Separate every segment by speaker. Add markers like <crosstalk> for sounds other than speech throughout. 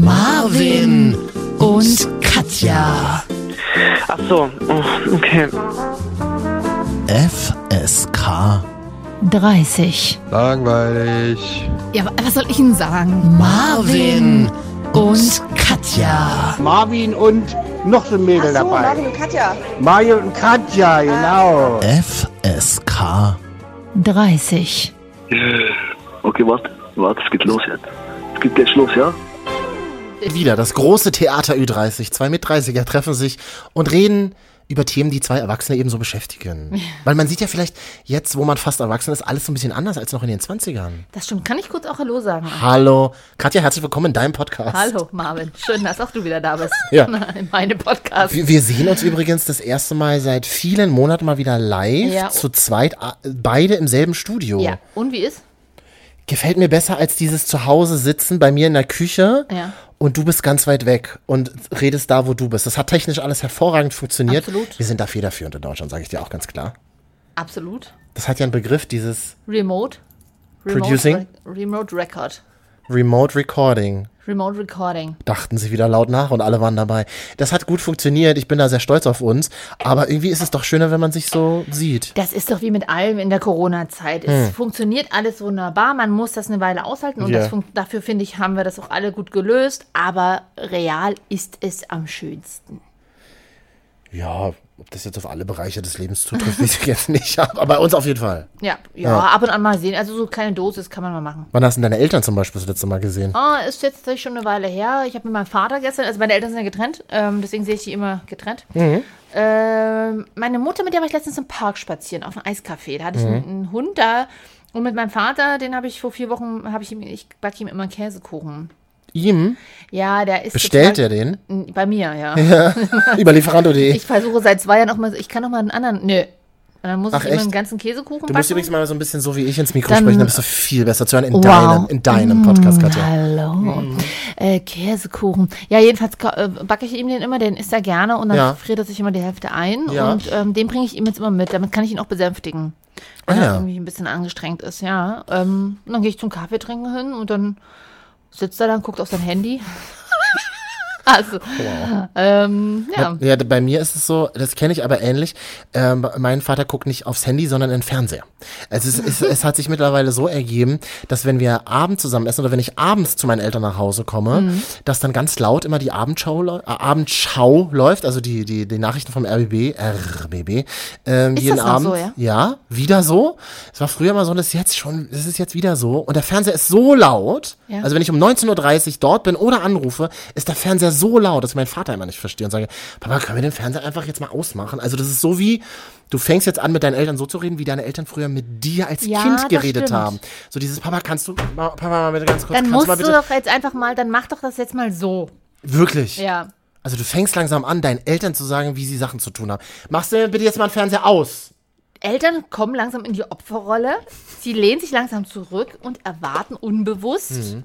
Speaker 1: Marvin und Katja.
Speaker 2: Ach so, oh, okay.
Speaker 1: FSK.
Speaker 3: 30.
Speaker 4: Langweilig.
Speaker 3: Ja, wa- was soll ich Ihnen sagen?
Speaker 1: Marvin und Katja.
Speaker 5: Marvin und noch so ein Mädel
Speaker 6: Ach so,
Speaker 5: dabei.
Speaker 6: Marvin und Katja. Ah.
Speaker 5: Mario und Katja, genau.
Speaker 1: FSK.
Speaker 3: 30.
Speaker 7: Okay, warte, warte, es geht los jetzt. Es geht jetzt los, ja?
Speaker 8: Wieder das große Theater Ü30. Zwei Mit-30er treffen sich und reden über Themen, die zwei Erwachsene ebenso beschäftigen. Weil man sieht ja vielleicht jetzt, wo man fast erwachsen ist, alles so ein bisschen anders als noch in den 20ern.
Speaker 3: Das stimmt. Kann ich kurz auch Hallo sagen?
Speaker 8: Hallo. Katja, herzlich willkommen in deinem Podcast.
Speaker 3: Hallo, Marvin. Schön, dass auch du wieder da bist.
Speaker 8: Ja.
Speaker 3: <laughs> In meinem Podcast.
Speaker 8: Wir, wir sehen uns übrigens das erste Mal seit vielen Monaten mal wieder live.
Speaker 3: Ja.
Speaker 8: Zu zweit, a- beide im selben Studio.
Speaker 3: Ja. Und wie ist?
Speaker 8: Gefällt mir besser als dieses Zuhause sitzen bei mir in der Küche.
Speaker 3: Ja.
Speaker 8: Und du bist ganz weit weg und redest da, wo du bist. Das hat technisch alles hervorragend funktioniert.
Speaker 3: Absolut.
Speaker 8: Wir sind da federführend in Deutschland, sage ich dir auch ganz klar.
Speaker 3: Absolut.
Speaker 8: Das hat ja einen Begriff, dieses
Speaker 3: Remote. Remote
Speaker 8: Producing?
Speaker 3: Re Remote Record.
Speaker 8: Remote Recording.
Speaker 3: Remote Recording.
Speaker 8: Dachten sie wieder laut nach und alle waren dabei. Das hat gut funktioniert. Ich bin da sehr stolz auf uns. Aber irgendwie ist es doch schöner, wenn man sich so sieht.
Speaker 3: Das ist doch wie mit allem in der Corona-Zeit. Es funktioniert alles wunderbar. Man muss das eine Weile aushalten. Und
Speaker 8: Hm. Ja.
Speaker 3: das fun- dafür, finde ich, haben wir das auch alle gut gelöst. Aber real ist es am schönsten.
Speaker 8: Ja, ob das jetzt auf alle Bereiche des Lebens <laughs> zutrifft, weiß ich jetzt nicht. Aber bei uns auf jeden Fall.
Speaker 3: Ja, ja, ab und an mal sehen. Also so kleine Dosis kann man mal machen.
Speaker 8: Wann hast du denn deine Eltern zum Beispiel das letzte Mal gesehen?
Speaker 3: Ah, ist jetzt tatsächlich schon eine Weile her. Ich habe mit meinem Vater gestern, also meine Eltern sind ja getrennt, ähm, deswegen sehe ich die immer getrennt.
Speaker 8: Mhm.
Speaker 3: Ähm, meine Mutter, mit der war ich letztens im Park spazieren, auf einem Eiscafé. Da hatte
Speaker 8: Mhm.
Speaker 3: ich einen, einen Hund da. Und mit meinem Vater, den habe ich vor vier Wochen, habe ich ihm, ich backe ihm immer einen Käsekuchen.
Speaker 8: Ihm?
Speaker 3: Ja, der ist.
Speaker 8: Bestellt er
Speaker 3: total-
Speaker 8: den?
Speaker 3: Bei mir, ja.
Speaker 8: Über Lieferando.de.
Speaker 3: Ich versuche seit zwei Jahren auch mal, ich kann noch mal einen anderen. Nö. Und dann muss
Speaker 8: Ach,
Speaker 3: ich immer
Speaker 8: echt?
Speaker 3: einen ganzen Käsekuchen
Speaker 8: Du musst
Speaker 3: backen.
Speaker 8: übrigens mal so ein bisschen so wie ich ins Mikro
Speaker 3: Dann-
Speaker 8: sprechen, dann bist du viel besser zu hören in
Speaker 3: Wow. Mm,
Speaker 8: deinem, in deinem Podcast, Katja. Mm.
Speaker 3: Hallo. Äh, Käsekuchen. Ja, jedenfalls ka- äh, backe ich ihm den immer, den isst er gerne und dann
Speaker 8: Ja.
Speaker 3: friert er sich immer die Hälfte ein.
Speaker 8: Ja.
Speaker 3: Und ähm, den bringe ich ihm jetzt immer mit. Damit kann ich ihn auch besänftigen. Wenn
Speaker 8: Ah,
Speaker 3: er
Speaker 8: ja.
Speaker 3: irgendwie ein bisschen angestrengt ist, ja. Ähm, und dann gehe ich zum Kaffee trinken hin und dann sitzt er dann, guckt auf sein Handy. <laughs> also, ähm, ja.
Speaker 8: Ja, d- bei mir ist es so, das kenne ich aber ähnlich. Ähm, mein Vater guckt nicht aufs Handy, sondern in den Fernseher. Also es, es, es hat sich mittlerweile so ergeben, dass wenn wir abends zusammen essen oder wenn ich abends zu meinen Eltern nach Hause komme,
Speaker 3: Mm.
Speaker 8: dass dann ganz laut immer die Abendschau, läu- äh, Abendschau läuft, also die, die, die Nachrichten vom RBB, RBB, ähm,
Speaker 3: Ist
Speaker 8: jeden
Speaker 3: das noch
Speaker 8: Abend.
Speaker 3: so, ja?
Speaker 8: Ja, wieder so. Es war früher mal so und das ist jetzt schon, das ist jetzt wieder so. Und der Fernseher ist so laut.
Speaker 3: Ja.
Speaker 8: Also wenn ich um 19.30 Uhr dort bin oder anrufe, ist der Fernseher so laut, dass ich meinen Vater immer nicht verstehe und sage, Papa, können wir den Fernseher einfach jetzt mal ausmachen? Also das ist so wie, du fängst jetzt an, mit deinen Eltern so zu reden, wie deine Eltern früher mit dir als
Speaker 3: Ja, das
Speaker 8: Kind geredet
Speaker 3: stimmt.
Speaker 8: haben. So dieses, Papa, kannst du, Ma- Papa, mal bitte ganz kurz,
Speaker 3: Dann
Speaker 8: kannst
Speaker 3: musst
Speaker 8: du mal
Speaker 3: du
Speaker 8: bitte.
Speaker 3: doch jetzt einfach mal, dann mach doch das jetzt mal so.
Speaker 8: Wirklich.
Speaker 3: Ja.
Speaker 8: Also du fängst langsam an, deinen Eltern zu sagen, wie sie Sachen zu tun haben. Machst du denn bitte jetzt mal den Fernseher aus?
Speaker 3: Eltern kommen langsam in die Opferrolle. Sie lehnen sich langsam zurück und erwarten unbewusst,
Speaker 8: Mhm.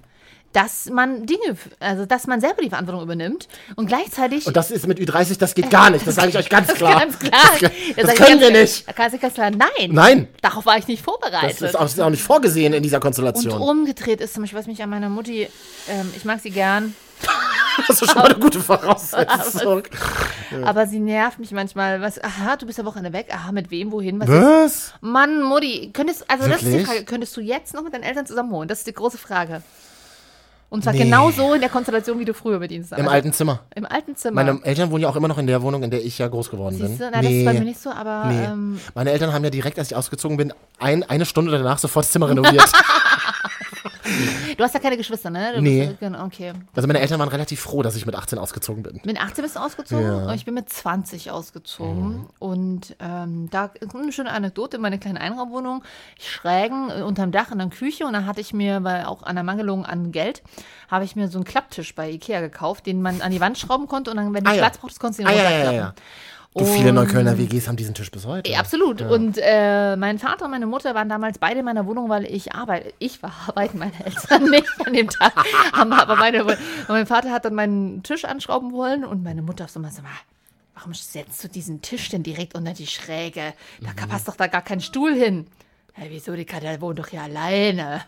Speaker 3: dass man Dinge, also dass man selber die Verantwortung übernimmt. Und gleichzeitig.
Speaker 8: Und das ist mit Ü30, das geht gar nicht. Das sage ich euch
Speaker 3: <laughs>
Speaker 8: ganz klar.
Speaker 3: Ganz klar.
Speaker 8: Das,
Speaker 3: Da
Speaker 8: das
Speaker 3: sag ich
Speaker 8: können
Speaker 3: ganz-
Speaker 8: wir nicht.
Speaker 3: Da kannst du ganz klar, nein.
Speaker 8: Nein.
Speaker 3: Darauf war ich nicht
Speaker 8: Das
Speaker 3: vorbereitet.
Speaker 8: ist auch, ist auch nicht vorgesehen in dieser
Speaker 3: Also. und
Speaker 8: Konstellation.
Speaker 3: umgedreht ist zum Beispiel, was mich an meiner Mutti, ähm, ich mag sie gern,
Speaker 8: Das ist schon mal eine
Speaker 3: <laughs>
Speaker 8: gute Voraussetzung.
Speaker 3: aber sie nervt mich manchmal. Was, aha, du bist am Wochenende weg. Aha, mit wem, wohin? Was
Speaker 8: Was?
Speaker 3: Mann, Mutti, könntest, also das ist die
Speaker 8: Wirklich?
Speaker 3: Frage, könntest du jetzt noch mit deinen Eltern zusammen wohnen? Das ist die große Frage. Und zwar
Speaker 8: Nee.
Speaker 3: genau so in der Konstellation, wie du früher mit ihnen saßt.
Speaker 8: Im alten Zimmer.
Speaker 3: Im alten Zimmer.
Speaker 8: Meine Eltern wohnen ja auch immer noch in der Wohnung, in der ich ja groß geworden bin.
Speaker 3: Siehst du? Na, das ist bei mir nicht so, aber
Speaker 8: Nee.
Speaker 3: ähm,
Speaker 8: Meine Eltern haben ja direkt, als ich ausgezogen bin, ein, eine Stunde danach sofort das Zimmer
Speaker 3: <laughs>
Speaker 8: renoviert.
Speaker 3: du hast ja keine Geschwister, ne? Du
Speaker 8: Nee.
Speaker 3: Bist, genau, okay.
Speaker 8: also meine Eltern waren relativ froh, dass ich mit 18 ausgezogen bin.
Speaker 3: Mit 18 bist du ausgezogen
Speaker 8: Ja. Mhm.
Speaker 3: und ich bin mit 20 ausgezogen. Und ähm, da kommt eine schöne Anekdote in meine kleine Einraumwohnung. Schrägen äh, unterm Dach in der Küche und dann hatte ich mir, weil auch an der Mangelung an Geld, habe ich mir so einen Klapptisch bei Ikea gekauft, den man an die Wand schrauben konnte und dann, wenn du
Speaker 8: Ah ja.
Speaker 3: Platz brauchtest, konntest du ihn
Speaker 8: Ah, ja, ja, ja,
Speaker 3: runterklappen.
Speaker 8: ja. Du, viele
Speaker 3: Und-
Speaker 8: Neuköllner WGs haben diesen Tisch bis heute.
Speaker 3: Oh. Ja, absolut. Und äh, mein Vater und meine Mutter waren damals beide in meiner Wohnung, weil ich arbeite. Ich war <laughs> arbeiten, meine Eltern nicht an dem Tag. <laughs> Haben aber meine, und mein Vater hat dann meinen Tisch anschrauben wollen und meine Mutter auf so mal, sag mal, warum setzt du diesen Tisch denn direkt unter die Schräge? Da passt doch da gar kein Stuhl hin. Ja, wieso, die Katja wohnt doch hier alleine.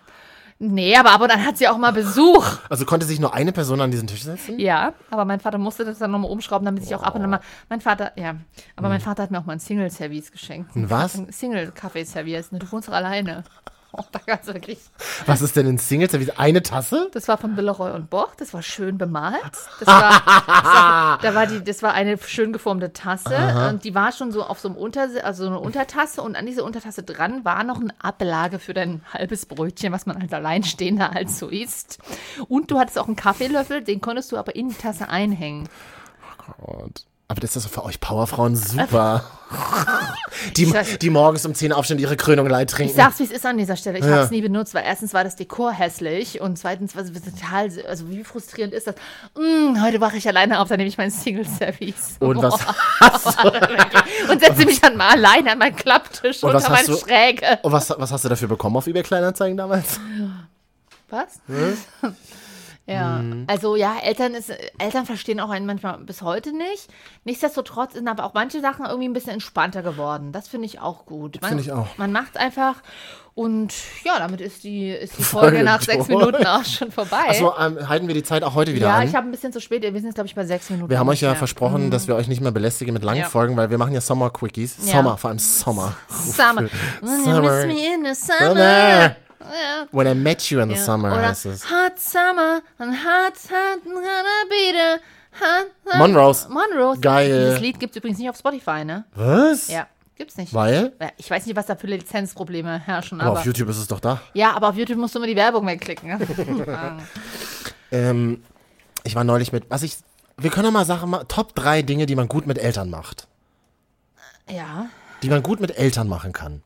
Speaker 3: Nee, aber ab und an hat sie auch mal Besuch.
Speaker 8: Also konnte sich nur eine Person an diesen Tisch setzen?
Speaker 3: Ja, aber mein Vater musste das dann nochmal umschrauben, damit ich auch ab und an mal. Mein Vater, ja. Aber mein Vater hat mir auch mal ein Single-Service geschenkt.
Speaker 8: Hm. Ein was?
Speaker 3: Ein Single-Kaffee-Service. ne, Du wohnst doch alleine. <laughs> Oh, da kannst du wirklich.
Speaker 8: Was ist denn ein Single Service? Eine Tasse?
Speaker 3: Das war von Villeroy und Boch. Das war schön bemalt. Das war, das war,
Speaker 8: <laughs>
Speaker 3: da war die, das war eine schön geformte Tasse und die war schon so auf so einem Unter, also so eine Untertasse und an dieser Untertasse dran war noch eine Ablage für dein halbes Brötchen, was man als Alleinstehender halt so isst. Und du hattest auch einen Kaffeelöffel, den konntest du aber in die Tasse einhängen.
Speaker 8: Und, aber das ist doch für euch Powerfrauen super. <laughs> die, die morgens um 10 aufstehen und ihre Krönung leid trinken.
Speaker 3: Also- Ich sag's, wie es ist an dieser Stelle. Ich hab's habe es nie benutzt, weil erstens war das Dekor hässlich und zweitens war es total, also wie frustrierend ist das? Mm, heute wache ich alleine auf, dann nehme ich meinen Single Service.
Speaker 8: Und was-
Speaker 3: <laughs> und setze mich dann mal alleine an meinen Klapptisch
Speaker 8: Und was
Speaker 3: unter
Speaker 8: hast
Speaker 3: meine
Speaker 8: du-
Speaker 3: Schräge.
Speaker 8: Und was, was hast du dafür bekommen auf eBay Kleinanzeigen damals?
Speaker 3: Was? <laughs> Ja,
Speaker 8: Hm.
Speaker 3: also ja, Eltern ist, Eltern verstehen auch einen manchmal bis heute nicht. Nichtsdestotrotz sind aber auch manche Sachen irgendwie ein bisschen entspannter geworden. Das finde ich auch gut. Man-
Speaker 8: Finde ich auch.
Speaker 3: Man macht einfach und ja, damit ist die, ist
Speaker 8: <laughs>
Speaker 3: die Folge nach sechs
Speaker 8: tot.
Speaker 3: Minuten auch schon vorbei.
Speaker 8: Achso, ähm, halten wir die Zeit auch heute wieder
Speaker 3: ja,
Speaker 8: an.
Speaker 3: ich habe ein bisschen zu spät, wir sind jetzt glaube ich bei sechs Minuten.
Speaker 8: wir haben euch ja
Speaker 3: ungefähr.
Speaker 8: versprochen, dass wir euch nicht mehr belästigen mit langen
Speaker 3: Ja.
Speaker 8: Folgen, weil wir machen ja Sommer-Quickies.
Speaker 3: Ja.
Speaker 8: Sommer, vor allem Sommer.
Speaker 3: Summer.
Speaker 8: Summer.
Speaker 3: Summer. In the summer.
Speaker 8: Summer.
Speaker 3: Ja.
Speaker 8: When I met you in the summer
Speaker 3: Oder
Speaker 8: heißt es.
Speaker 3: Hot Summer and Hot Hot Gonna Be the Hot Hot-
Speaker 8: Monroes.
Speaker 3: Monroes.
Speaker 8: Geil.
Speaker 3: Dieses Lied gibt's übrigens nicht auf Spotify, ne?
Speaker 8: Was?
Speaker 3: Ja, gibt's nicht.
Speaker 8: Weil?
Speaker 3: Ja, Ich weiß nicht, was da für Lizenzprobleme herrschen,
Speaker 8: Aber
Speaker 3: aber.
Speaker 8: auf YouTube ist es doch da.
Speaker 3: ja, aber auf YouTube musst du immer die Werbung wegklicken. <laughs>
Speaker 8: Ähm, ich war neulich mit, was ich, wir können doch mal Sachen machen, Top 3 Dinge, die man gut mit Eltern macht.
Speaker 3: ja.
Speaker 8: Die man gut mit Eltern machen kann.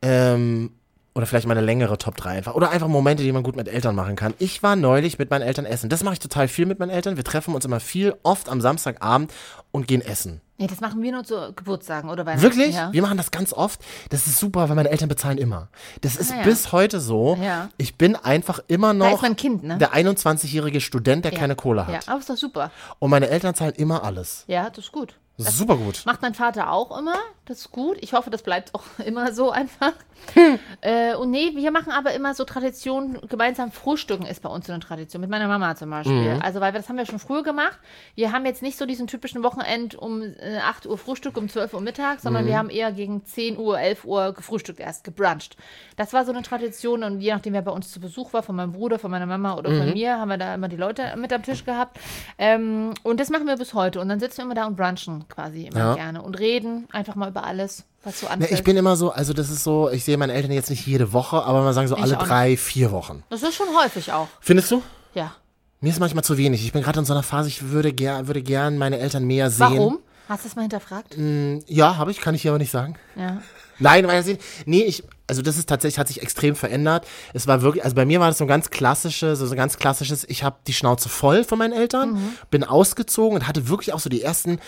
Speaker 8: Ähm, oder vielleicht mal eine längere Top 3 einfach. Oder einfach Momente, die man gut mit Eltern machen kann. Ich war neulich mit meinen Eltern essen. Das mache ich total viel mit meinen Eltern. Wir treffen uns immer viel, oft am Samstagabend und gehen essen.
Speaker 3: Nee, das machen wir nur zu Geburtstagen oder Weihnachten.
Speaker 8: Wirklich?
Speaker 3: Ja.
Speaker 8: Wir machen das ganz oft. Das ist super, weil meine Eltern bezahlen immer. Das ist
Speaker 3: Ah, ja.
Speaker 8: bis heute so.
Speaker 3: Ja.
Speaker 8: Ich bin einfach immer noch
Speaker 3: ist man Kind, ne?
Speaker 8: der 21-jährige Student, der keine Kohle
Speaker 3: Ja,
Speaker 8: hat.
Speaker 3: aber ist doch super.
Speaker 8: Und meine Eltern zahlen immer alles.
Speaker 3: Ja, das ist gut. Das
Speaker 8: Super gut.
Speaker 3: Macht mein Vater auch immer. Das ist gut. Ich hoffe, das bleibt auch <laughs> immer so einfach. äh, und nee, wir machen aber immer so Tradition. Gemeinsam Frühstücken ist bei uns so eine Tradition. Mit meiner Mama zum Beispiel.
Speaker 8: Mhm.
Speaker 3: Also, weil wir, das haben wir schon früher gemacht. Wir haben jetzt nicht so diesen typischen Wochenend um äh, 8 Uhr Frühstück, um 12 Uhr Mittag,
Speaker 8: Mhm.
Speaker 3: sondern wir haben eher gegen 10 Uhr, 11 Uhr gefrühstückt erst, gebruncht. Das war so eine Tradition. Und je nachdem, wer bei uns zu Besuch war, von meinem Bruder, von meiner Mama oder
Speaker 8: Mhm.
Speaker 3: von mir, haben wir da immer die Leute mit am Tisch gehabt. Ähm, und das machen wir bis heute. Und dann sitzen wir immer da und brunchen quasi immer
Speaker 8: Ja.
Speaker 3: gerne und reden einfach mal über alles, was so
Speaker 8: Ne,
Speaker 3: anfällt.
Speaker 8: ich bin immer so, also das ist so, ich sehe meine Eltern jetzt nicht jede Woche, aber man sagen so alle
Speaker 3: auch
Speaker 8: drei, vier Wochen.
Speaker 3: das ist schon häufig auch.
Speaker 8: Findest du?
Speaker 3: Ja.
Speaker 8: Mir ist manchmal zu wenig. Ich bin gerade in so einer Phase, ich würde, ger würde gern meine Eltern mehr sehen.
Speaker 3: Warum? Hast du das mal hinterfragt?
Speaker 8: Ja, habe ich, kann ich hier aber nicht sagen.
Speaker 3: Ja.
Speaker 8: Nein, weil sie, nee, ich, also das ist tatsächlich, hat sich extrem verändert. Es war wirklich, also bei mir war das so ein ganz klassisches, so ein ganz klassisches, ich habe die Schnauze voll von meinen Eltern,
Speaker 3: Mhm.
Speaker 8: bin ausgezogen und hatte wirklich auch so die ersten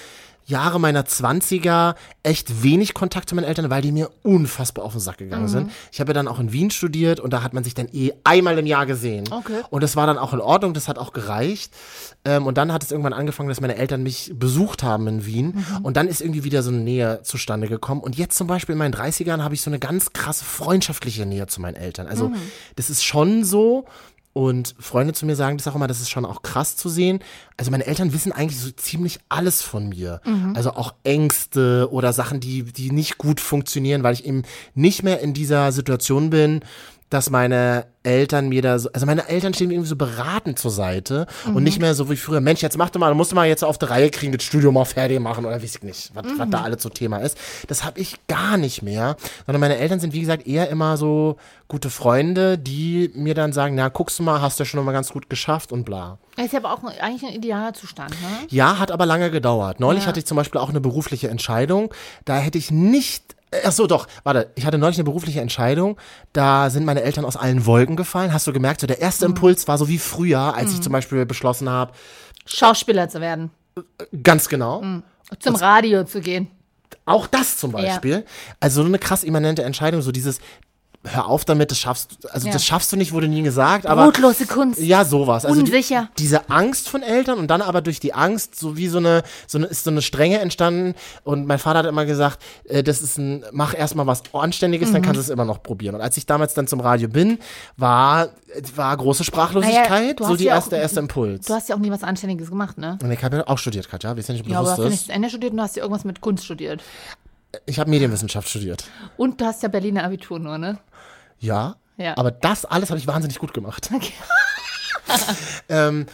Speaker 8: Jahre meiner 20er echt wenig Kontakt zu meinen Eltern, weil die mir unfassbar auf den Sack
Speaker 3: Mhm.
Speaker 8: gegangen sind. Ich habe ja dann auch in Wien studiert und da hat man sich dann eh einmal im Jahr gesehen.
Speaker 3: Okay.
Speaker 8: Und das war dann auch in Ordnung, das hat auch gereicht. Ähm, und dann hat es irgendwann angefangen, dass meine Eltern mich besucht haben in Wien. Und dann ist irgendwie wieder so eine Nähe zustande gekommen. Und jetzt zum Beispiel in meinen 30ern habe ich so eine ganz krasse freundschaftliche Nähe zu meinen Eltern. Also das ist schon so. Und Freunde zu mir sagen das auch immer, das ist schon auch krass zu sehen. Also meine Eltern wissen eigentlich so ziemlich alles von mir. Also auch Ängste oder Sachen, die, die nicht gut funktionieren, weil ich eben nicht mehr in dieser Situation bin, dass meine Eltern mir da so, also meine Eltern stehen mir irgendwie so beratend zur Seite und nicht mehr so wie früher, Mensch, jetzt mach doch mal, du musst du mal jetzt auf die Reihe kriegen, das Studium mal fertig machen oder weiß ich nicht, was, was da alles so Thema ist. Das habe ich gar nicht mehr, sondern meine Eltern sind, wie gesagt, eher immer so gute Freunde, die mir dann sagen, na, guckst du mal, hast du ja schon mal ganz gut geschafft und bla.
Speaker 3: Ist ja aber auch ein, eigentlich ein idealer Zustand, ne?
Speaker 8: Ja, hat aber lange gedauert. Neulich
Speaker 3: Ja.
Speaker 8: hatte ich zum Beispiel auch eine berufliche Entscheidung. Da hätte ich nicht. äh, Ach so, doch. Warte, ich hatte neulich eine berufliche Entscheidung. Da sind meine Eltern aus allen Wolken gefallen. Hast du gemerkt, so der erste Impuls war so wie früher, als ich zum Beispiel beschlossen habe,
Speaker 3: Schauspieler zu werden,
Speaker 8: ganz genau.
Speaker 3: zum Radio zu gehen.
Speaker 8: Auch das zum Beispiel. Also so eine krass immanente Entscheidung, so dieses, hör auf damit, das schaffst, also
Speaker 3: Ja.
Speaker 8: das schaffst du nicht, wurde nie gesagt, aber
Speaker 3: Brotlose Kunst.
Speaker 8: ja, sowas. Also
Speaker 3: Unsicher.
Speaker 8: Die, diese Angst von Eltern und dann aber durch die Angst so wie so eine, so eine, ist so eine Strenge entstanden. Und mein Vater hat immer gesagt, äh, das ist ein, mach erstmal was Anständiges,
Speaker 3: Mhm.
Speaker 8: dann kannst du es immer noch probieren. Und als ich damals dann zum Radio bin, war, war große
Speaker 3: Naja,
Speaker 8: Sprachlosigkeit,
Speaker 3: du
Speaker 8: so
Speaker 3: hast
Speaker 8: die
Speaker 3: ja auch-
Speaker 8: erste, erste Impuls.
Speaker 3: Du hast ja auch nie was Anständiges gemacht, ne?
Speaker 8: Und ich habe ja auch studiert, Katja, wir sind nicht
Speaker 3: Ja, aber
Speaker 8: bewusst
Speaker 3: du hast ja nicht
Speaker 8: ist.
Speaker 3: zu Ende studiert und du hast ja irgendwas mit Kunst studiert.
Speaker 8: Ich habe Medienwissenschaft studiert.
Speaker 3: Und du hast ja Berliner Abitur nur, ne?
Speaker 8: Ja.
Speaker 3: Ja.
Speaker 8: Aber das alles habe ich wahnsinnig gut gemacht. <laughs> ähm,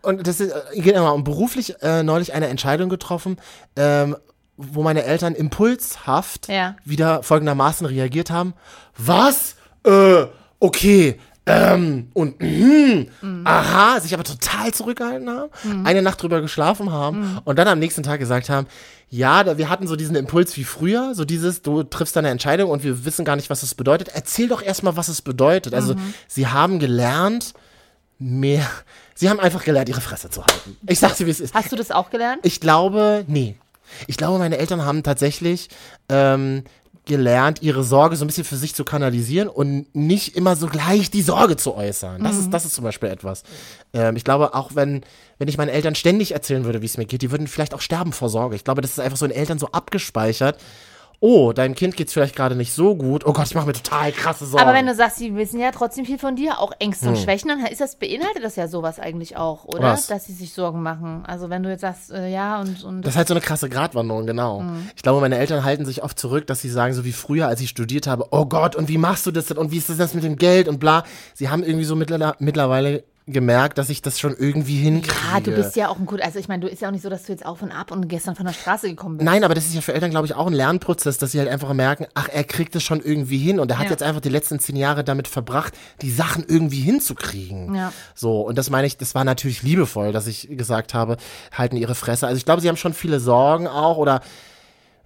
Speaker 8: und das ist, äh, genau, und beruflich äh, neulich eine Entscheidung getroffen, ähm, wo meine Eltern impulshaft
Speaker 3: Ja.
Speaker 8: wieder folgendermaßen reagiert haben. Was? Äh, okay. Ähm, und mhm, aha, sich aber total zurückgehalten haben, eine Nacht drüber geschlafen haben und dann am nächsten Tag gesagt haben, ja, da, wir hatten so diesen Impuls wie früher, so dieses, du triffst deine Entscheidung und wir wissen gar nicht, was es bedeutet. Erzähl doch erstmal, was es bedeutet. Also, sie haben gelernt, mehr, sie haben einfach gelernt, ihre Fresse zu halten. Ich sag's dir, wie es ist.
Speaker 3: Hast du das auch gelernt?
Speaker 8: Ich glaube, nee. Ich glaube, meine Eltern haben tatsächlich ähm, gelernt, ihre Sorge so ein bisschen für sich zu kanalisieren und nicht immer so gleich die Sorge zu äußern. Das,
Speaker 3: Mhm.
Speaker 8: ist, das ist zum Beispiel etwas. Ähm, ich glaube, auch wenn, wenn ich meinen Eltern ständig erzählen würde, wie es mir geht, die würden vielleicht auch sterben vor Sorge. Ich glaube, das ist einfach so in Eltern so abgespeichert. Oh, deinem Kind geht's vielleicht gerade nicht so gut. Oh Gott, ich mache mir total krasse Sorgen.
Speaker 3: Aber wenn du sagst, sie wissen ja trotzdem viel von dir, auch Ängste und Schwächen, dann ist das, beinhaltet das ja sowas eigentlich auch, oder?
Speaker 8: Was?
Speaker 3: Dass sie sich Sorgen machen. Also wenn du jetzt sagst, äh, ja und, und Mhm.
Speaker 8: Das ist halt so eine krasse Gratwanderung, genau. Ich glaube, meine Eltern halten sich oft zurück, dass sie sagen, so wie früher, als ich studiert habe, oh Gott, und wie machst du das denn? Und wie ist das jetzt mit dem Geld und bla. Sie haben irgendwie so mittlerweile, mittlerweile gemerkt, dass ich das schon irgendwie hinkriege.
Speaker 3: Ah, du bist ja auch ein gut, also ich meine, du ist ja auch nicht so, dass du jetzt auf und ab und gestern von der Straße gekommen bist.
Speaker 8: Nein, aber das ist ja für Eltern, glaube ich, auch ein Lernprozess, dass sie halt einfach merken, ach, er kriegt es schon irgendwie hin. Und er hat
Speaker 3: Ja.
Speaker 8: jetzt einfach die letzten zehn Jahre damit verbracht, die Sachen irgendwie hinzukriegen.
Speaker 3: Ja.
Speaker 8: So, und das meine ich, das war natürlich liebevoll, dass ich gesagt habe, halten ihre Fresse. Also ich glaube, sie haben schon viele Sorgen auch oder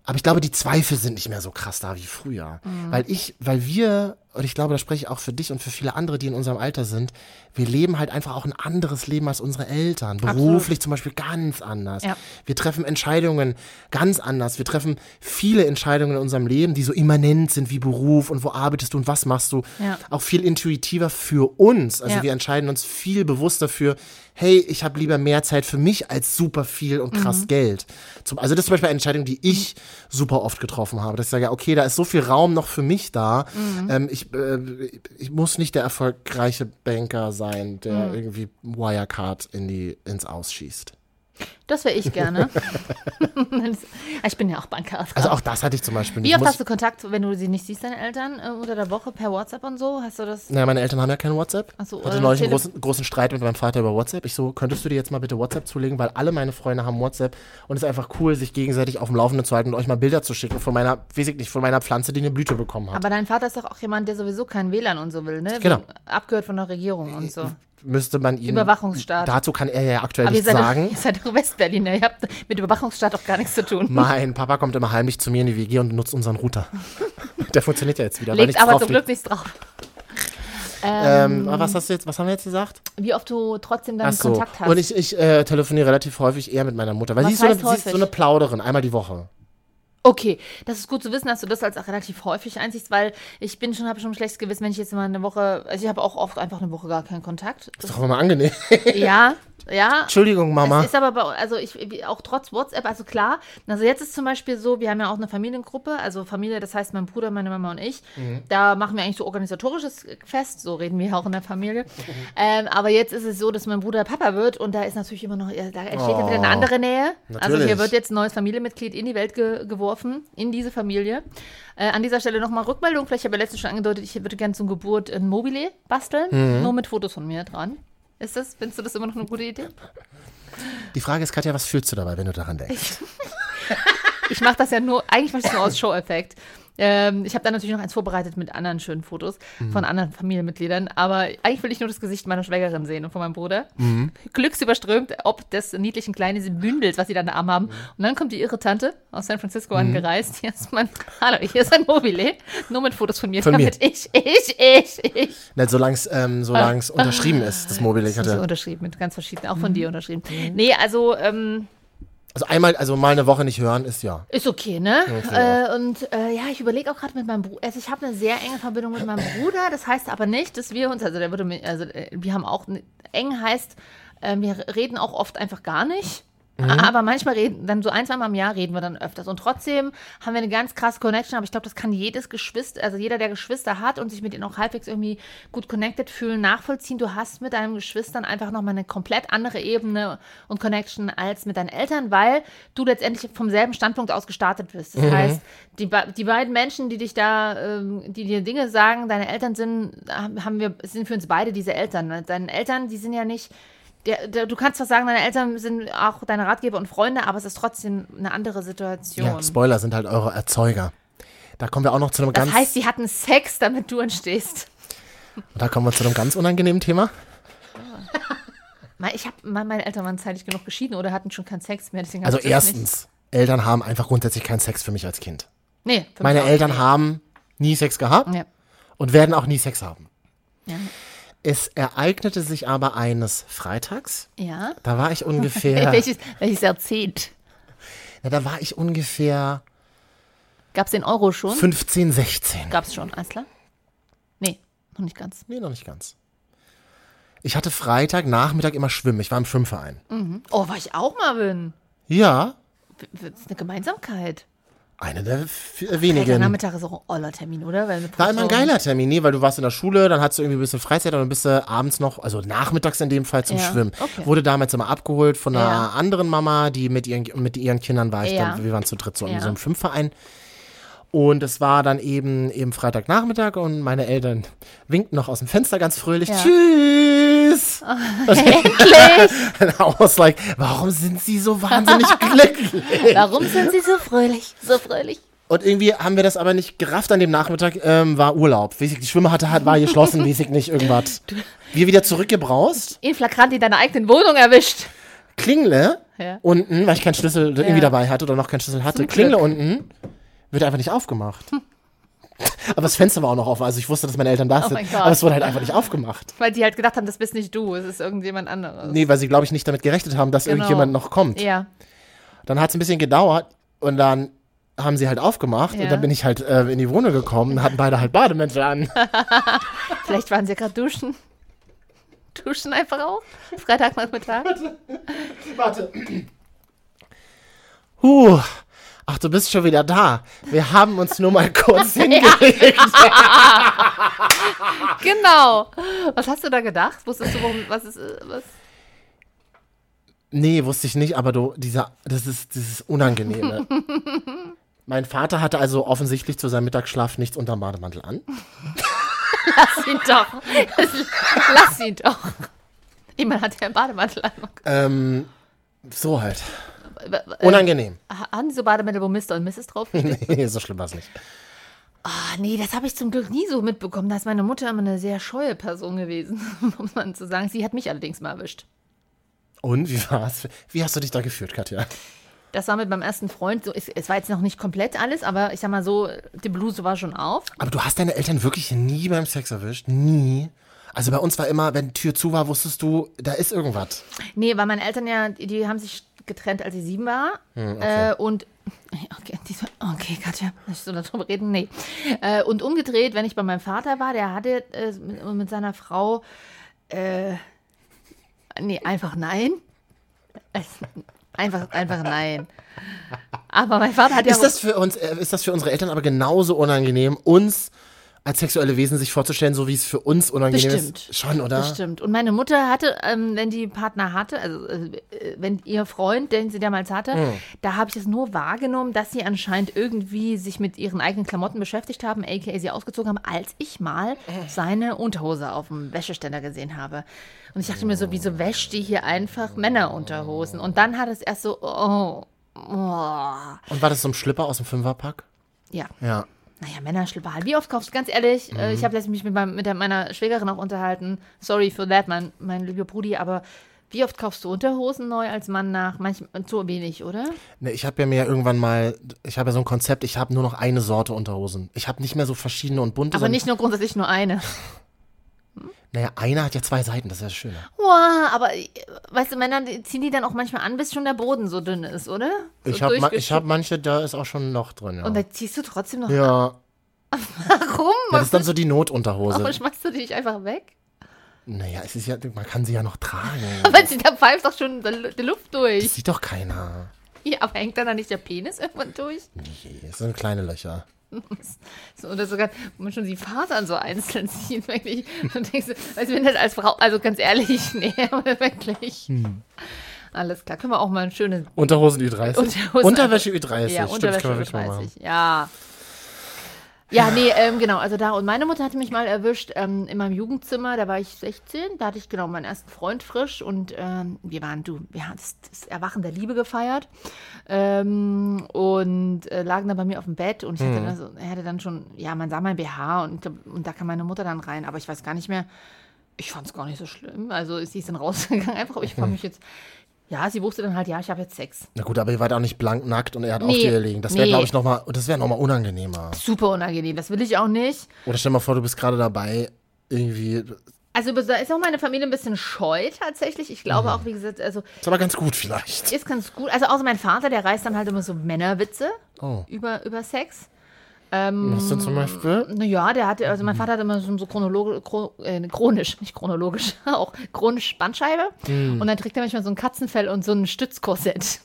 Speaker 8: aber ich glaube, die Zweifel sind nicht mehr so krass da wie früher.
Speaker 3: Mhm.
Speaker 8: Weil ich, weil wir, und ich glaube, da spreche ich auch für dich und für viele andere, die in unserem Alter sind, wir leben halt einfach auch ein anderes Leben als unsere Eltern. Beruflich zum Beispiel ganz anders.
Speaker 3: Ja.
Speaker 8: Wir treffen Entscheidungen ganz anders. Wir treffen viele Entscheidungen in unserem Leben, die so immanent sind wie Beruf und wo arbeitest du und was machst du.
Speaker 3: Ja.
Speaker 8: Auch viel intuitiver für uns. Also
Speaker 3: Ja.
Speaker 8: wir entscheiden uns viel bewusster für, hey, ich habe lieber mehr Zeit für mich als super viel und
Speaker 3: Mhm.
Speaker 8: krass Geld. Zum, also das ist zum Beispiel eine Entscheidung, die ich super oft getroffen habe. Dass ich sage, okay, da ist so viel Raum noch für mich da.
Speaker 3: Mhm.
Speaker 8: Ähm, ich, äh, ich muss nicht der erfolgreiche Banker sein, der
Speaker 3: Mhm.
Speaker 8: irgendwie Wirecard in die, ins Ausschießt.
Speaker 3: Das wäre ich gerne. <laughs> ich bin ja auch Bankkarte.
Speaker 8: Also auch das hatte ich zum Beispiel nicht.
Speaker 3: Wie oft
Speaker 8: Muss-
Speaker 3: hast du Kontakt, wenn du sie nicht siehst, deine Eltern, äh, unter der Woche per WhatsApp und so? Hast du das?
Speaker 8: Naja, meine Eltern haben ja kein WhatsApp.
Speaker 3: Ach so,
Speaker 8: Hatte
Speaker 3: äh,
Speaker 8: neulich einen
Speaker 3: Tele-
Speaker 8: großen, großen Streit mit meinem Vater über WhatsApp. Ich so, könntest du dir jetzt mal bitte WhatsApp zulegen, weil alle meine Freunde haben WhatsApp und es ist einfach cool, sich gegenseitig auf dem Laufenden zu halten und euch mal Bilder zu schicken von meiner, weiß ich nicht, von meiner Pflanze, die eine Blüte bekommen hat.
Speaker 3: Aber dein Vater ist doch auch jemand, der sowieso kein WLAN und so will, ne?
Speaker 8: Genau. Äh,
Speaker 3: Abgehört von der Regierung und so.
Speaker 8: Müsste man ihn.
Speaker 3: Überwachungsstaat.
Speaker 8: Dazu kann er ja aktuell
Speaker 3: Aber ihr
Speaker 8: nichts
Speaker 3: seid, doch,
Speaker 8: sagen.
Speaker 3: ihr seid doch Westberliner, ihr habt mit Überwachungsstaat auch gar nichts zu tun.
Speaker 8: Mein Papa kommt immer heimlich zu mir in die WG und nutzt unseren
Speaker 3: <laughs>
Speaker 8: Router. Der funktioniert ja jetzt wieder. weil
Speaker 3: Legt
Speaker 8: nichts
Speaker 3: aber
Speaker 8: drauf
Speaker 3: zum
Speaker 8: liegt.
Speaker 3: Glück nichts drauf.
Speaker 8: Ähm, aber was hast du jetzt, was haben wir jetzt gesagt?
Speaker 3: Wie oft du trotzdem dann
Speaker 8: Ach so.
Speaker 3: Kontakt hast.
Speaker 8: Und ich, ich äh, telefoniere relativ häufig eher mit meiner Mutter, weil
Speaker 3: Was
Speaker 8: sie ist, so eine,
Speaker 3: heißt
Speaker 8: sie ist so
Speaker 3: häufig?
Speaker 8: eine Plauderin, einmal die Woche.
Speaker 3: Okay, das ist gut zu wissen, dass du das als auch relativ häufig einsiehst, weil ich bin schon, habe schon ein schlechtes Gewissen, wenn ich jetzt mal eine Woche, also ich habe auch oft einfach eine Woche gar keinen Kontakt.
Speaker 8: Ist doch immer angenehm.
Speaker 3: ja, ja.
Speaker 8: <laughs> Entschuldigung, Mama.
Speaker 3: Es ist aber bei, also ich, wie- auch trotz WhatsApp, also klar, also jetzt ist zum Beispiel so, wir haben ja auch eine Familiengruppe, also Familie, das heißt mein Bruder, meine Mama und ich,
Speaker 8: Mhm.
Speaker 3: da machen wir eigentlich so organisatorisches Fest, so reden wir ja auch in
Speaker 8: <laughs>
Speaker 3: der Familie, ähm, aber jetzt ist es so, dass mein Bruder Papa wird und da ist natürlich immer noch, da entsteht ja wieder eine andere Nähe, also
Speaker 8: Oh. Natürlich.
Speaker 3: hier wird jetzt ein neues Familienmitglied in die Welt ge geworfen, in diese Familie. Äh, an dieser Stelle nochmal Rückmeldung, vielleicht habe ich letztens schon angedeutet, ich würde gerne zur Geburt ein Mobile basteln,
Speaker 8: Mhm.
Speaker 3: nur mit Fotos von mir dran. Ist das, findest du das immer noch eine gute Idee?
Speaker 8: Die Frage ist, Katja, was fühlst du dabei, wenn du daran denkst?
Speaker 3: Ich mache das ja nur, eigentlich mache ich das nur aus Show-Effekt. Ähm, ich habe da natürlich noch eins vorbereitet mit anderen schönen Fotos von anderen Familienmitgliedern, aber eigentlich will ich nur das Gesicht meiner Schwägerin sehen und von meinem Bruder. Glücksüberströmt, ob des niedlichen kleinen Bündels, was sie da in der Arm haben. Und dann kommt die irre Tante aus San Francisco angereist. <laughs> Hier ist mein, hallo, hier ist ein Mobile, nur mit Fotos von mir,
Speaker 8: Von mir.
Speaker 3: damit ich, ich, ich, ich.
Speaker 8: Na, solange es ähm, solang's unterschrieben ist, das Mobile,
Speaker 3: Ah. Das ist
Speaker 8: Katja.
Speaker 3: unterschrieben, mit ganz verschiedenen, auch von dir unterschrieben. Nee, also ähm,
Speaker 8: Also einmal, also mal eine Woche nicht hören ist ja.
Speaker 3: Ist okay, ne? äh, und äh, ja, ich überlege auch gerade mit meinem Bruder. Also ich habe eine sehr enge Verbindung mit meinem Bruder. Das heißt aber nicht, dass wir uns, also der würde mir, also äh, wir haben auch ne- eng heißt, äh, wir reden auch oft einfach gar nicht. Aber manchmal reden, dann so ein, zweimal im Jahr reden wir dann öfters. Und trotzdem haben wir eine ganz krasse Connection. Aber ich glaube, das kann jedes Geschwister, also jeder, der Geschwister hat und sich mit denen auch halbwegs irgendwie gut connected fühlen, nachvollziehen. Du hast mit deinen Geschwistern einfach nochmal eine komplett andere Ebene und Connection als mit deinen Eltern, weil du letztendlich vom selben Standpunkt aus gestartet bist.
Speaker 8: Mhm.
Speaker 3: Das heißt, die, be- die beiden Menschen, die dich da, ähm, die dir Dinge sagen, deine Eltern sind, haben wir, sind für uns beide diese Eltern. Ne? Deine Eltern, die sind ja nicht, der, der, du kannst zwar sagen, deine Eltern sind auch deine Ratgeber und Freunde, aber es ist trotzdem eine andere Situation.
Speaker 8: ja. Spoiler sind halt eure Erzeuger. Da kommen wir auch noch zu einem
Speaker 3: das
Speaker 8: ganz,
Speaker 3: heißt, sie hatten Sex, damit du entstehst.
Speaker 8: da kommen wir zu einem ganz unangenehmen Thema.
Speaker 3: Mein- Ich habe meine Eltern waren zeitig genug geschieden oder hatten schon keinen Sex mehr. Deswegen hab
Speaker 8: Also
Speaker 3: ich das
Speaker 8: erstens, Eltern haben einfach grundsätzlich keinen Sex für mich als Kind.
Speaker 3: Nicht. Nee, für
Speaker 8: Meine
Speaker 3: mich auch
Speaker 8: Eltern
Speaker 3: nicht.
Speaker 8: haben nie Sex gehabt
Speaker 3: Ja.
Speaker 8: und werden auch nie Sex haben.
Speaker 3: Ja.
Speaker 8: Es ereignete sich aber eines Freitags.
Speaker 3: ja.
Speaker 8: Da war ich ungefähr.
Speaker 3: Welches, welches Jahrzehnt?
Speaker 8: na, da war ich ungefähr
Speaker 3: Gab es den Euro schon?
Speaker 8: 15, 16.
Speaker 3: Gab es schon, alles klar? Nee, noch nicht ganz.
Speaker 8: Nee, noch nicht ganz. Ich hatte Freitag Nachmittag immer Schwimmen. Ich war im Schwimmverein.
Speaker 3: Oh, war ich auch mal bin.
Speaker 8: Ja,
Speaker 3: Das ist eine Gemeinsamkeit.
Speaker 8: eine der f- äh,
Speaker 3: Der
Speaker 8: wenigen.
Speaker 3: Nachmittag ist auch ein Oller-Termin, oder? Weil mit
Speaker 8: War immer ein
Speaker 3: Prüfungen- <laughs>
Speaker 8: geiler Termin, nee, weil du warst in der Schule, dann hattest du irgendwie ein bisschen Freizeit und dann bist du abends noch, also nachmittags in dem Fall zum
Speaker 3: Ja,
Speaker 8: Schwimmen.
Speaker 3: okay.
Speaker 8: Wurde damals immer abgeholt von einer
Speaker 3: Ja.
Speaker 8: anderen Mama, die mit ihren, mit ihren Kindern war ich
Speaker 3: Ja.
Speaker 8: dann, wir waren zu dritt so in
Speaker 3: Ja.
Speaker 8: so einem Fünfverein. Und es war dann eben, eben Freitagnachmittag und meine Eltern winkten noch aus dem Fenster ganz fröhlich.
Speaker 3: Ja. Ah.
Speaker 8: Tschüss! <laughs>
Speaker 3: Endlich!
Speaker 8: And I was like, warum sind sie so
Speaker 3: <laughs>
Speaker 8: wahnsinnig glücklich?
Speaker 3: Warum sind sie so fröhlich? So fröhlich.
Speaker 8: Und irgendwie haben wir das aber nicht gerafft an dem Nachmittag, ähm, war Urlaub. Weiß ich, Die Schwimme hatte, hat, war geschlossen, weiß ich nicht, irgendwas. Wir wieder zurückgebraust,
Speaker 3: In flagrant in deiner eigenen Wohnung erwischt.
Speaker 8: Klingle
Speaker 3: Ja.
Speaker 8: unten, weil ich keinen Schlüssel irgendwie
Speaker 3: Ja.
Speaker 8: dabei hatte oder noch keinen Schlüssel hatte, Klingle unten, wird einfach nicht aufgemacht.
Speaker 3: <laughs>
Speaker 8: aber das Fenster war auch noch offen, also ich wusste, dass meine Eltern da sind,
Speaker 3: Oh mein Gott.
Speaker 8: aber es wurde halt einfach nicht aufgemacht.
Speaker 3: Weil die halt gedacht haben, das bist nicht du, es ist irgendjemand anderes.
Speaker 8: Nee, weil sie, glaube ich, nicht damit gerechnet haben, dass
Speaker 3: Genau.
Speaker 8: irgendjemand noch kommt.
Speaker 3: Ja.
Speaker 8: Dann hat es ein bisschen gedauert und dann haben sie halt aufgemacht
Speaker 3: Ja.
Speaker 8: und dann bin ich halt äh, in die Wohnung gekommen und hatten beide halt Bademäntel an.
Speaker 3: Vielleicht waren sie ja gerade duschen. <laughs> Duschen einfach auch. Freitagnachmittag.
Speaker 8: Warte. Huh. Ach, du bist schon wieder da. Wir haben uns nur mal kurz hingelegt.
Speaker 3: Genau. Was hast du da gedacht? Wusstest du, warum, was ist, äh, was?
Speaker 8: Nee, wusste ich nicht, aber du, dieser, das ist dieses Unangenehme. mein Vater hatte also offensichtlich zu seinem Mittagsschlaf nichts unterm Bademantel an.
Speaker 3: Lass ihn doch. Lass ihn doch. Ich meine, hat er einen Bademantel an.
Speaker 8: Ähm, so halt.
Speaker 3: Äh,
Speaker 8: Unangenehm. <laughs>
Speaker 3: ha- Haben die so Bademäntel, wo Mr. und Mrs. drauf
Speaker 8: Nee, so schlimm war es nicht.
Speaker 3: Ah, nee, das habe ich zum Glück nie so mitbekommen. Da ist meine Mutter immer eine sehr scheue Person gewesen, <laughs> muss man so sagen. Sie hat mich allerdings mal erwischt.
Speaker 8: Und wie war's? Wie hast du dich da gefühlt, Katja?
Speaker 3: Das war mit meinem ersten Freund so. Es, es war jetzt noch nicht komplett alles, aber ich sag mal so, die Bluse war schon auf.
Speaker 8: Aber du hast deine Eltern wirklich nie beim Sex erwischt? Nie? Also bei uns war immer, wenn die Tür zu war, wusstest du, da ist irgendwas.
Speaker 3: Nee, weil meine Eltern ja, die, die haben sich getrennt, als ich sieben war.
Speaker 8: Hm,
Speaker 3: äh, und <laughs> okay, die so, okay, Katja, nicht so darüber reden, nee. Äh, und umgedreht, wenn ich bei meinem Vater war, der hatte äh, mit, mit seiner Frau, äh, nee, einfach nein. <laughs> Es- Einfach, einfach nein. Aber mein Vater hat ja
Speaker 8: Ist das für uns, äh, ist das für unsere Eltern aber genauso unangenehm, uns als sexuelle Wesen sich vorzustellen, so wie es für uns unangenehm
Speaker 3: Bestimmt.
Speaker 8: ist? Schon, oder?
Speaker 3: Das stimmt. Und meine Mutter hatte, ähm, wenn die Partner hatte, also äh, wenn ihr Freund, den sie damals hatte, da habe ich es nur wahrgenommen, dass sie anscheinend irgendwie sich mit ihren eigenen Klamotten beschäftigt haben, aka sie ausgezogen haben, als ich mal seine Unterhose auf dem Wäscheständer gesehen habe. Und ich dachte mir so, wieso wäscht die hier einfach Männerunterhosen? Und dann hat es erst so, oh, oh.
Speaker 8: Und war das so ein Schlipper aus dem Fünferpack?
Speaker 3: ja.
Speaker 8: Ja.
Speaker 3: Naja, Männerschlipper halt. Wie oft kaufst du, ganz ehrlich, äh,
Speaker 8: Mhm.
Speaker 3: ich habe letztens mich mit, meinem, mit der, meiner Schwägerin auch unterhalten. Sorry for that, mein, mein lieber Brudi, aber wie oft kaufst du Unterhosen neu als Mann nach? Manchmal zu wenig, oder?
Speaker 8: Ne, ich habe ja mir ja irgendwann mal, ich habe ja so ein Konzept, ich habe nur noch eine Sorte Unterhosen. Ich habe nicht mehr so verschiedene und bunte.
Speaker 3: Aber
Speaker 8: sondern-
Speaker 3: nicht nur grundsätzlich nur eine.
Speaker 8: Naja, einer hat ja zwei Seiten, das ist ja das Schöne.
Speaker 3: <laughs> Wow, aber äh, weißt du, Männer die ziehen die dann auch manchmal an, bis schon der Boden so dünn ist, oder? So
Speaker 8: ich habe ma ich
Speaker 3: durchgeschnitten.
Speaker 8: hab manche, da ist auch schon ein Loch drin. Ja.
Speaker 3: Und dann ziehst du trotzdem noch
Speaker 8: ja.
Speaker 3: <laughs>
Speaker 8: ja,
Speaker 3: rum.
Speaker 8: das ist dann so die Notunterhose.
Speaker 3: Warum schmeißt du dich einfach weg? <laughs>
Speaker 8: naja, es ist ja, man kann sie ja noch tragen.
Speaker 3: Weil sie da pfeift doch schon der Lu- die Luft
Speaker 8: Das <laughs>
Speaker 3: durch.
Speaker 8: sieht doch keiner.
Speaker 3: Ja, aber hängt dann da nicht der Penis irgendwann durch?
Speaker 8: Nee, es sind kleine Löcher.
Speaker 3: So, oder sogar, wo man schon die Fasern so einzeln <laughs> sieht, wirklich. Und denkst du, also wenn das als Frau, also ganz ehrlich, <laughs> nee, aber wirklich. Alles klar, können wir auch mal ein schönes
Speaker 8: Unterhosen Ü30.
Speaker 3: Unterhosen-
Speaker 8: Unterwäsche Ü30.
Speaker 3: ja,
Speaker 8: Stimmt, das
Speaker 3: Unterwäsche
Speaker 8: können wir wirklich
Speaker 3: mit
Speaker 8: mal machen.
Speaker 3: 30, ja. Ja, nee, ähm, genau, also da. Und meine Mutter hatte mich mal erwischt ähm, in meinem Jugendzimmer, da war ich 16, da hatte ich genau meinen ersten Freund frisch und ähm, wir waren, du, wir haben das, das Erwachen der Liebe gefeiert ähm, und äh, lagen dann bei mir auf dem Bett und ich
Speaker 8: Hm.
Speaker 3: hatte, dann so, er hatte dann schon, ja, man sah mein BH und, ich glaub, und da kam meine Mutter dann rein, aber ich weiß gar nicht mehr, ich fand es gar nicht so schlimm, also ist sie ist dann rausgegangen einfach, aber ich
Speaker 8: Hm.
Speaker 3: fand mich jetzt, ja, sie wusste dann halt, ja, ich habe jetzt Sex.
Speaker 8: Na gut, aber ihr wart auch nicht blank nackt und er hat auf
Speaker 3: Nee,
Speaker 8: dir gelegen. Das wäre,
Speaker 3: nee.
Speaker 8: glaube ich, nochmal wär noch mal unangenehmer.
Speaker 3: Super unangenehm, das will ich auch nicht.
Speaker 8: Oder stell mal vor, du bist gerade dabei, irgendwie. Ist
Speaker 3: Also da ist auch meine Familie ein bisschen scheu tatsächlich. Ich glaube auch, wie gesagt, also
Speaker 8: aber ganz gut vielleicht.
Speaker 3: ist ganz gut. Also außer mein Vater, der reißt dann halt immer so Männerwitze
Speaker 8: Oh.
Speaker 3: über, über Sex. Ähm,
Speaker 8: Was denn zum Beispiel?
Speaker 3: naja, der hatte, also mein Vater hat immer so, so chronologisch, chro, äh, chronisch, nicht chronologisch, <laughs> auch chronisch Spannscheibe. Und dann trägt er manchmal so ein Katzenfell und so ein Stützkorsett.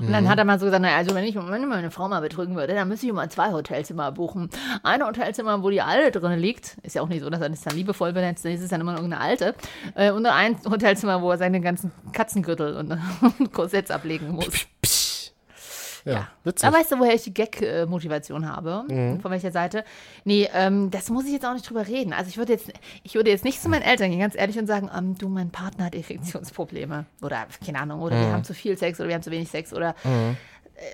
Speaker 3: Und dann hat er mal so gesagt, naja, also wenn ich wenn ich meine Frau mal betrügen würde, dann müsste ich immer zwei Hotelzimmer buchen. Ein Hotelzimmer, wo die alte drin liegt, ist ja auch nicht so, dass er das dann liebevoll benennt, das ist dann immer irgendeine alte. Äh, Und ein Hotelzimmer, wo er seine ganzen Katzengürtel und, <laughs> und Korsetts ablegen muss.
Speaker 8: Ja, witzig. Mhm.
Speaker 3: Da weißt du, woher ich die Gag-Motivation habe. Von welcher Seite. Nee, ähm, das muss ich jetzt auch nicht drüber reden. Also ich würde jetzt, ich würde jetzt nicht zu meinen Eltern gehen, ganz ehrlich, und sagen, ähm, du, mein Partner hat Erektionsprobleme. Oder, keine Ahnung, oder
Speaker 8: Mhm.
Speaker 3: wir haben zu viel Sex oder wir haben zu wenig Sex oder äh,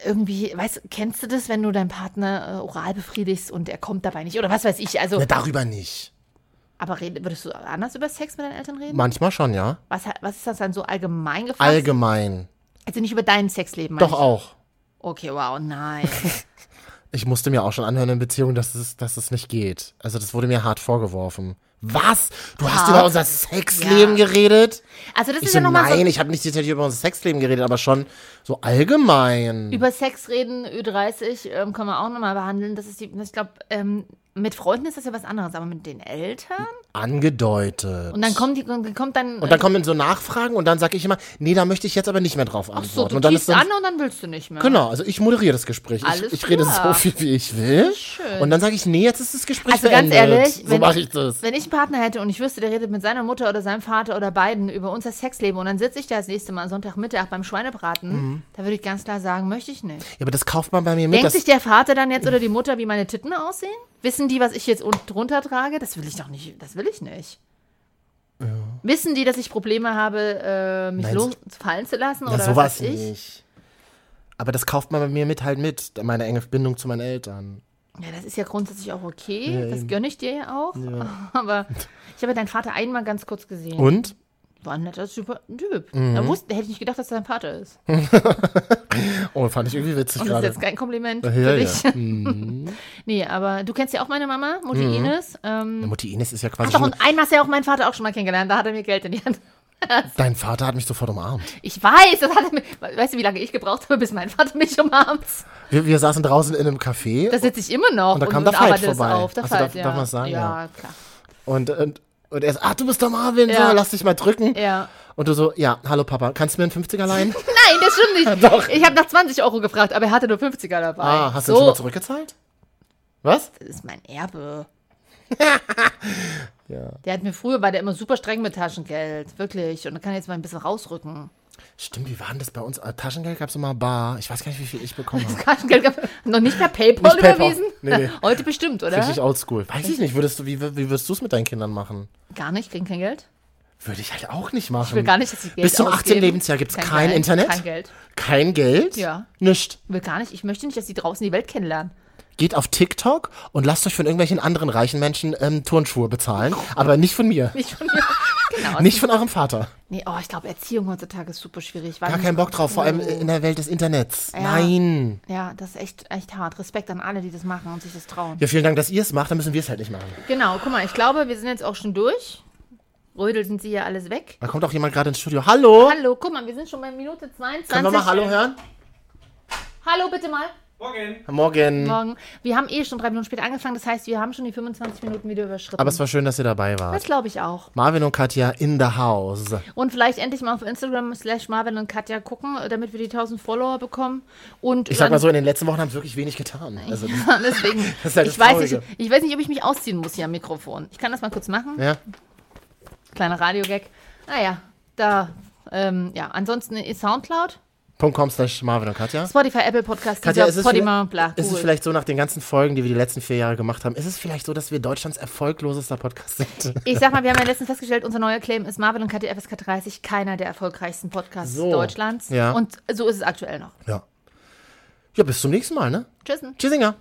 Speaker 3: irgendwie, weißt du, kennst du das, wenn du deinen Partner äh, oral befriedigst und er kommt dabei nicht? Oder was weiß ich, also,
Speaker 8: Na, darüber nicht.
Speaker 3: aber reden, würdest du anders über Sex mit deinen Eltern reden?
Speaker 8: Manchmal schon, ja.
Speaker 3: Was, ha- was ist das dann so allgemein gefasst?
Speaker 8: Allgemein.
Speaker 3: also nicht über dein Sexleben. meine
Speaker 8: Doch
Speaker 3: ich.
Speaker 8: auch.
Speaker 3: Okay, wow, nein.
Speaker 8: Ich musste mir auch schon anhören in Beziehung, dass es, dass es nicht geht. Also das wurde mir hart vorgeworfen. Was? Du hast
Speaker 3: Hart?
Speaker 8: über unser Sexleben
Speaker 3: Ja.
Speaker 8: geredet?
Speaker 3: Also das
Speaker 8: Ich
Speaker 3: ist
Speaker 8: so,
Speaker 3: ja nochmal so.
Speaker 8: nein, ich habe nicht detailliert über unser Sexleben geredet, aber schon so allgemein.
Speaker 3: Über Sex reden, Ü30, ähm, können wir auch nochmal behandeln. Das ist die, ich glaube, ähm, mit Freunden ist das ja was anderes, aber mit den Eltern?
Speaker 8: angedeutet.
Speaker 3: Und dann kommt, die, und dann kommt dann.
Speaker 8: Und dann kommen so Nachfragen und dann sage ich immer, nee, da möchte ich jetzt aber nicht mehr drauf
Speaker 3: ach äh, so,
Speaker 8: antworten.
Speaker 3: du
Speaker 8: und dann
Speaker 3: tiefst
Speaker 8: ist dann,
Speaker 3: an und dann willst du nicht mehr.
Speaker 8: Genau, also ich moderiere das Gespräch.
Speaker 3: Alles
Speaker 8: ich, ich rede so
Speaker 3: klar.
Speaker 8: viel, wie ich will.
Speaker 3: Schön.
Speaker 8: Und dann sage ich, nee, jetzt ist das Gespräch
Speaker 3: Also ganz
Speaker 8: beendet.
Speaker 3: ehrlich,
Speaker 8: so
Speaker 3: wenn-
Speaker 8: mache ich das.
Speaker 3: Wenn ich einen Partner hätte und ich wüsste, der redet mit seiner Mutter oder seinem Vater oder beiden über unser Sexleben und dann sitze ich da das nächste Mal Sonntagmittag beim Schweinebraten,
Speaker 8: Mhm.
Speaker 3: da würde ich ganz klar sagen, möchte ich nicht.
Speaker 8: Ja, aber das kauft man bei mir mit.
Speaker 3: Denkt
Speaker 8: Das,
Speaker 3: sich der Vater dann jetzt oder die Mutter, wie meine Titten aussehen? Wissen die, was ich jetzt unten drunter trage? Das will ich doch nicht. Das will ich nicht. Wissen die, dass ich Probleme habe, äh, mich
Speaker 8: Nein,
Speaker 3: los fallen zu lassen?
Speaker 8: na,
Speaker 3: oder
Speaker 8: sowas
Speaker 3: was weiß ich?
Speaker 8: nicht. Aber das kauft man bei mir mit halt mit, meine enge Bindung zu meinen Eltern.
Speaker 3: Ja, das ist ja grundsätzlich auch okay. das gönne ich dir ja auch. <laughs> Aber ich habe deinen Vater einmal ganz kurz gesehen.
Speaker 8: Und? Mhm.
Speaker 3: War ein netter super Typ. Da wusste, hätte ich nicht gedacht, dass er dein Vater ist.
Speaker 8: <laughs> Oh, fand ich irgendwie witzig
Speaker 3: Und das ist
Speaker 8: gerade.
Speaker 3: jetzt kein Kompliment
Speaker 8: Ja, Mhm.
Speaker 3: für
Speaker 8: ja.
Speaker 3: dich. <laughs> nee, aber du kennst ja auch meine Mama, Mutti
Speaker 8: Mhm.
Speaker 3: Ines. Ähm,
Speaker 8: Mutti Ines ist ja
Speaker 3: ach
Speaker 8: quasi
Speaker 3: doch,
Speaker 8: schon,
Speaker 3: und einmal ist ja auch mein Vater auch schon mal kennengelernt. Da hat er mir Geld in die Hand
Speaker 8: dein Vater hat mich sofort umarmt.
Speaker 3: Ich weiß, das hat er mir, weißt du, wie lange ich gebraucht habe, bis mein Vater mich umarmt?
Speaker 8: Wir, wir saßen draußen in einem Café
Speaker 3: Da sitze ich immer noch
Speaker 8: Und da kam der Veit
Speaker 3: arbeite das
Speaker 8: vorbei.
Speaker 3: Auf. Der
Speaker 8: Ach so,
Speaker 3: Veit,
Speaker 8: darf-
Speaker 3: ja.
Speaker 8: darf man's sagen?
Speaker 3: Ja, klar.
Speaker 8: und, und, und er sagt, ach, du bist der Marvin,
Speaker 3: Ja.
Speaker 8: so, lass dich mal drücken.
Speaker 3: Ja.
Speaker 8: Und du so, ja, hallo Papa, kannst du mir einen 50er
Speaker 3: <laughs>
Speaker 8: leihen?
Speaker 3: Nein,
Speaker 8: <laughs>
Speaker 3: das stimmt nicht. Ich habe nach 20 Euro gefragt, aber er hatte nur 50er dabei.
Speaker 8: Ah, hast du
Speaker 3: so,
Speaker 8: ihn schon mal zurückgezahlt? Was?
Speaker 3: Das ist mein Erbe.
Speaker 8: <laughs> Ja.
Speaker 3: Der hat mir früher, war der immer super streng mit Taschengeld. Wirklich. Und da kann jetzt mal ein bisschen rausrücken.
Speaker 8: Stimmt, wie war denn das bei uns? Äh, Taschengeld gab es immer bar. Ich weiß gar nicht, wie viel ich bekommen
Speaker 3: <laughs>
Speaker 8: habe.
Speaker 3: Taschengeld gab noch nicht per Paypal
Speaker 8: Nicht PayPal.
Speaker 3: überwiesen?
Speaker 8: Nee, nee.
Speaker 3: <laughs> Heute bestimmt, oder?
Speaker 8: Richtig oldschool. Weiß ich nicht, würdest du, wie, wie würdest du es mit deinen Kindern machen?
Speaker 3: Gar nicht, kriegen kein Geld.
Speaker 8: Würde ich halt auch nicht machen.
Speaker 3: Ich will gar nicht, dass sie Geld
Speaker 8: Bis zum 18.
Speaker 3: ausgeben.
Speaker 8: Lebensjahr gibt es kein,
Speaker 3: Geld,
Speaker 8: Internet.
Speaker 3: Kein Geld.
Speaker 8: Kein Geld?
Speaker 3: Ja.
Speaker 8: Nicht.
Speaker 3: Will gar nicht. Ich möchte nicht, dass sie draußen die Welt kennenlernen.
Speaker 8: Geht auf TikTok und lasst euch von irgendwelchen anderen reichen Menschen ähm, Turnschuhe bezahlen.
Speaker 3: Oh.
Speaker 8: Aber <laughs> nicht von mir.
Speaker 3: Nicht von mir. <laughs> Genau.
Speaker 8: Nicht von eurem Vater.
Speaker 3: Nee, oh, ich glaube, Erziehung heutzutage ist super schwierig.
Speaker 8: Gar keinen Bock drauf, vor allem äh in der Welt des Internets.
Speaker 3: Ja.
Speaker 8: Nein.
Speaker 3: Ja, das ist echt, echt hart. Respekt an alle, die das machen und sich das trauen.
Speaker 8: Ja, vielen Dank, dass ihr es macht, dann müssen wir es halt nicht machen.
Speaker 3: Genau, guck mal, ich glaube, wir sind jetzt auch schon durch. rödelten sie ja alles weg.
Speaker 8: Da kommt auch jemand gerade ins Studio. Hallo?
Speaker 3: Hallo, guck mal, wir sind schon bei Minute 22.
Speaker 8: Können wir mal Hallo hören?
Speaker 3: Hallo, bitte mal.
Speaker 8: Morgen.
Speaker 3: Morgen. Wir haben eh schon drei Minuten später angefangen, das heißt, wir haben schon die 25 Minuten wieder überschritten.
Speaker 8: Aber es war schön, dass ihr dabei
Speaker 3: das
Speaker 8: wart.
Speaker 3: glaube ich auch.
Speaker 8: Marvin und Katja in the house.
Speaker 3: Und vielleicht endlich mal auf Instagram slash Marvin und Katja gucken, damit wir die 1000 Follower bekommen. Und
Speaker 8: Ich sag mal
Speaker 3: dann-
Speaker 8: so, <laughs> in den letzten Wochen haben wir wirklich wenig getan. Also,
Speaker 3: <laughs> Deswegen,
Speaker 8: Das ist halt das
Speaker 3: ich, weiß nicht,
Speaker 8: Traurige.
Speaker 3: ich weiß nicht, ob ich mich ausziehen muss hier am Mikrofon. Ich kann das mal kurz machen.
Speaker 8: ja.
Speaker 3: Kleiner Radiogag. Naja, da, ähm, ja, ansonsten ist Soundcloud,
Speaker 8: .com slash Marvin und Katja.
Speaker 3: Spotify, Apple Podcast,
Speaker 8: Katja, ist
Speaker 3: dieser
Speaker 8: es,
Speaker 3: Podima,
Speaker 8: vielleicht,
Speaker 3: bla,
Speaker 8: ist es
Speaker 3: Google.
Speaker 8: vielleicht so, nach den ganzen Folgen, die wir die letzten vier Jahre gemacht haben, ist es vielleicht so, dass wir Deutschlands erfolglosester Podcast sind?
Speaker 3: Ich sag mal, wir haben ja letztens festgestellt, unser neuer Claim ist Marvel und Katja FSK 30, keiner der erfolgreichsten Podcasts
Speaker 8: So.
Speaker 3: Deutschlands.
Speaker 8: Ja.
Speaker 3: Und so ist es aktuell noch.
Speaker 8: Ja, bis zum nächsten Mal, ne?
Speaker 3: Tschüssen.
Speaker 8: Tschüssinger.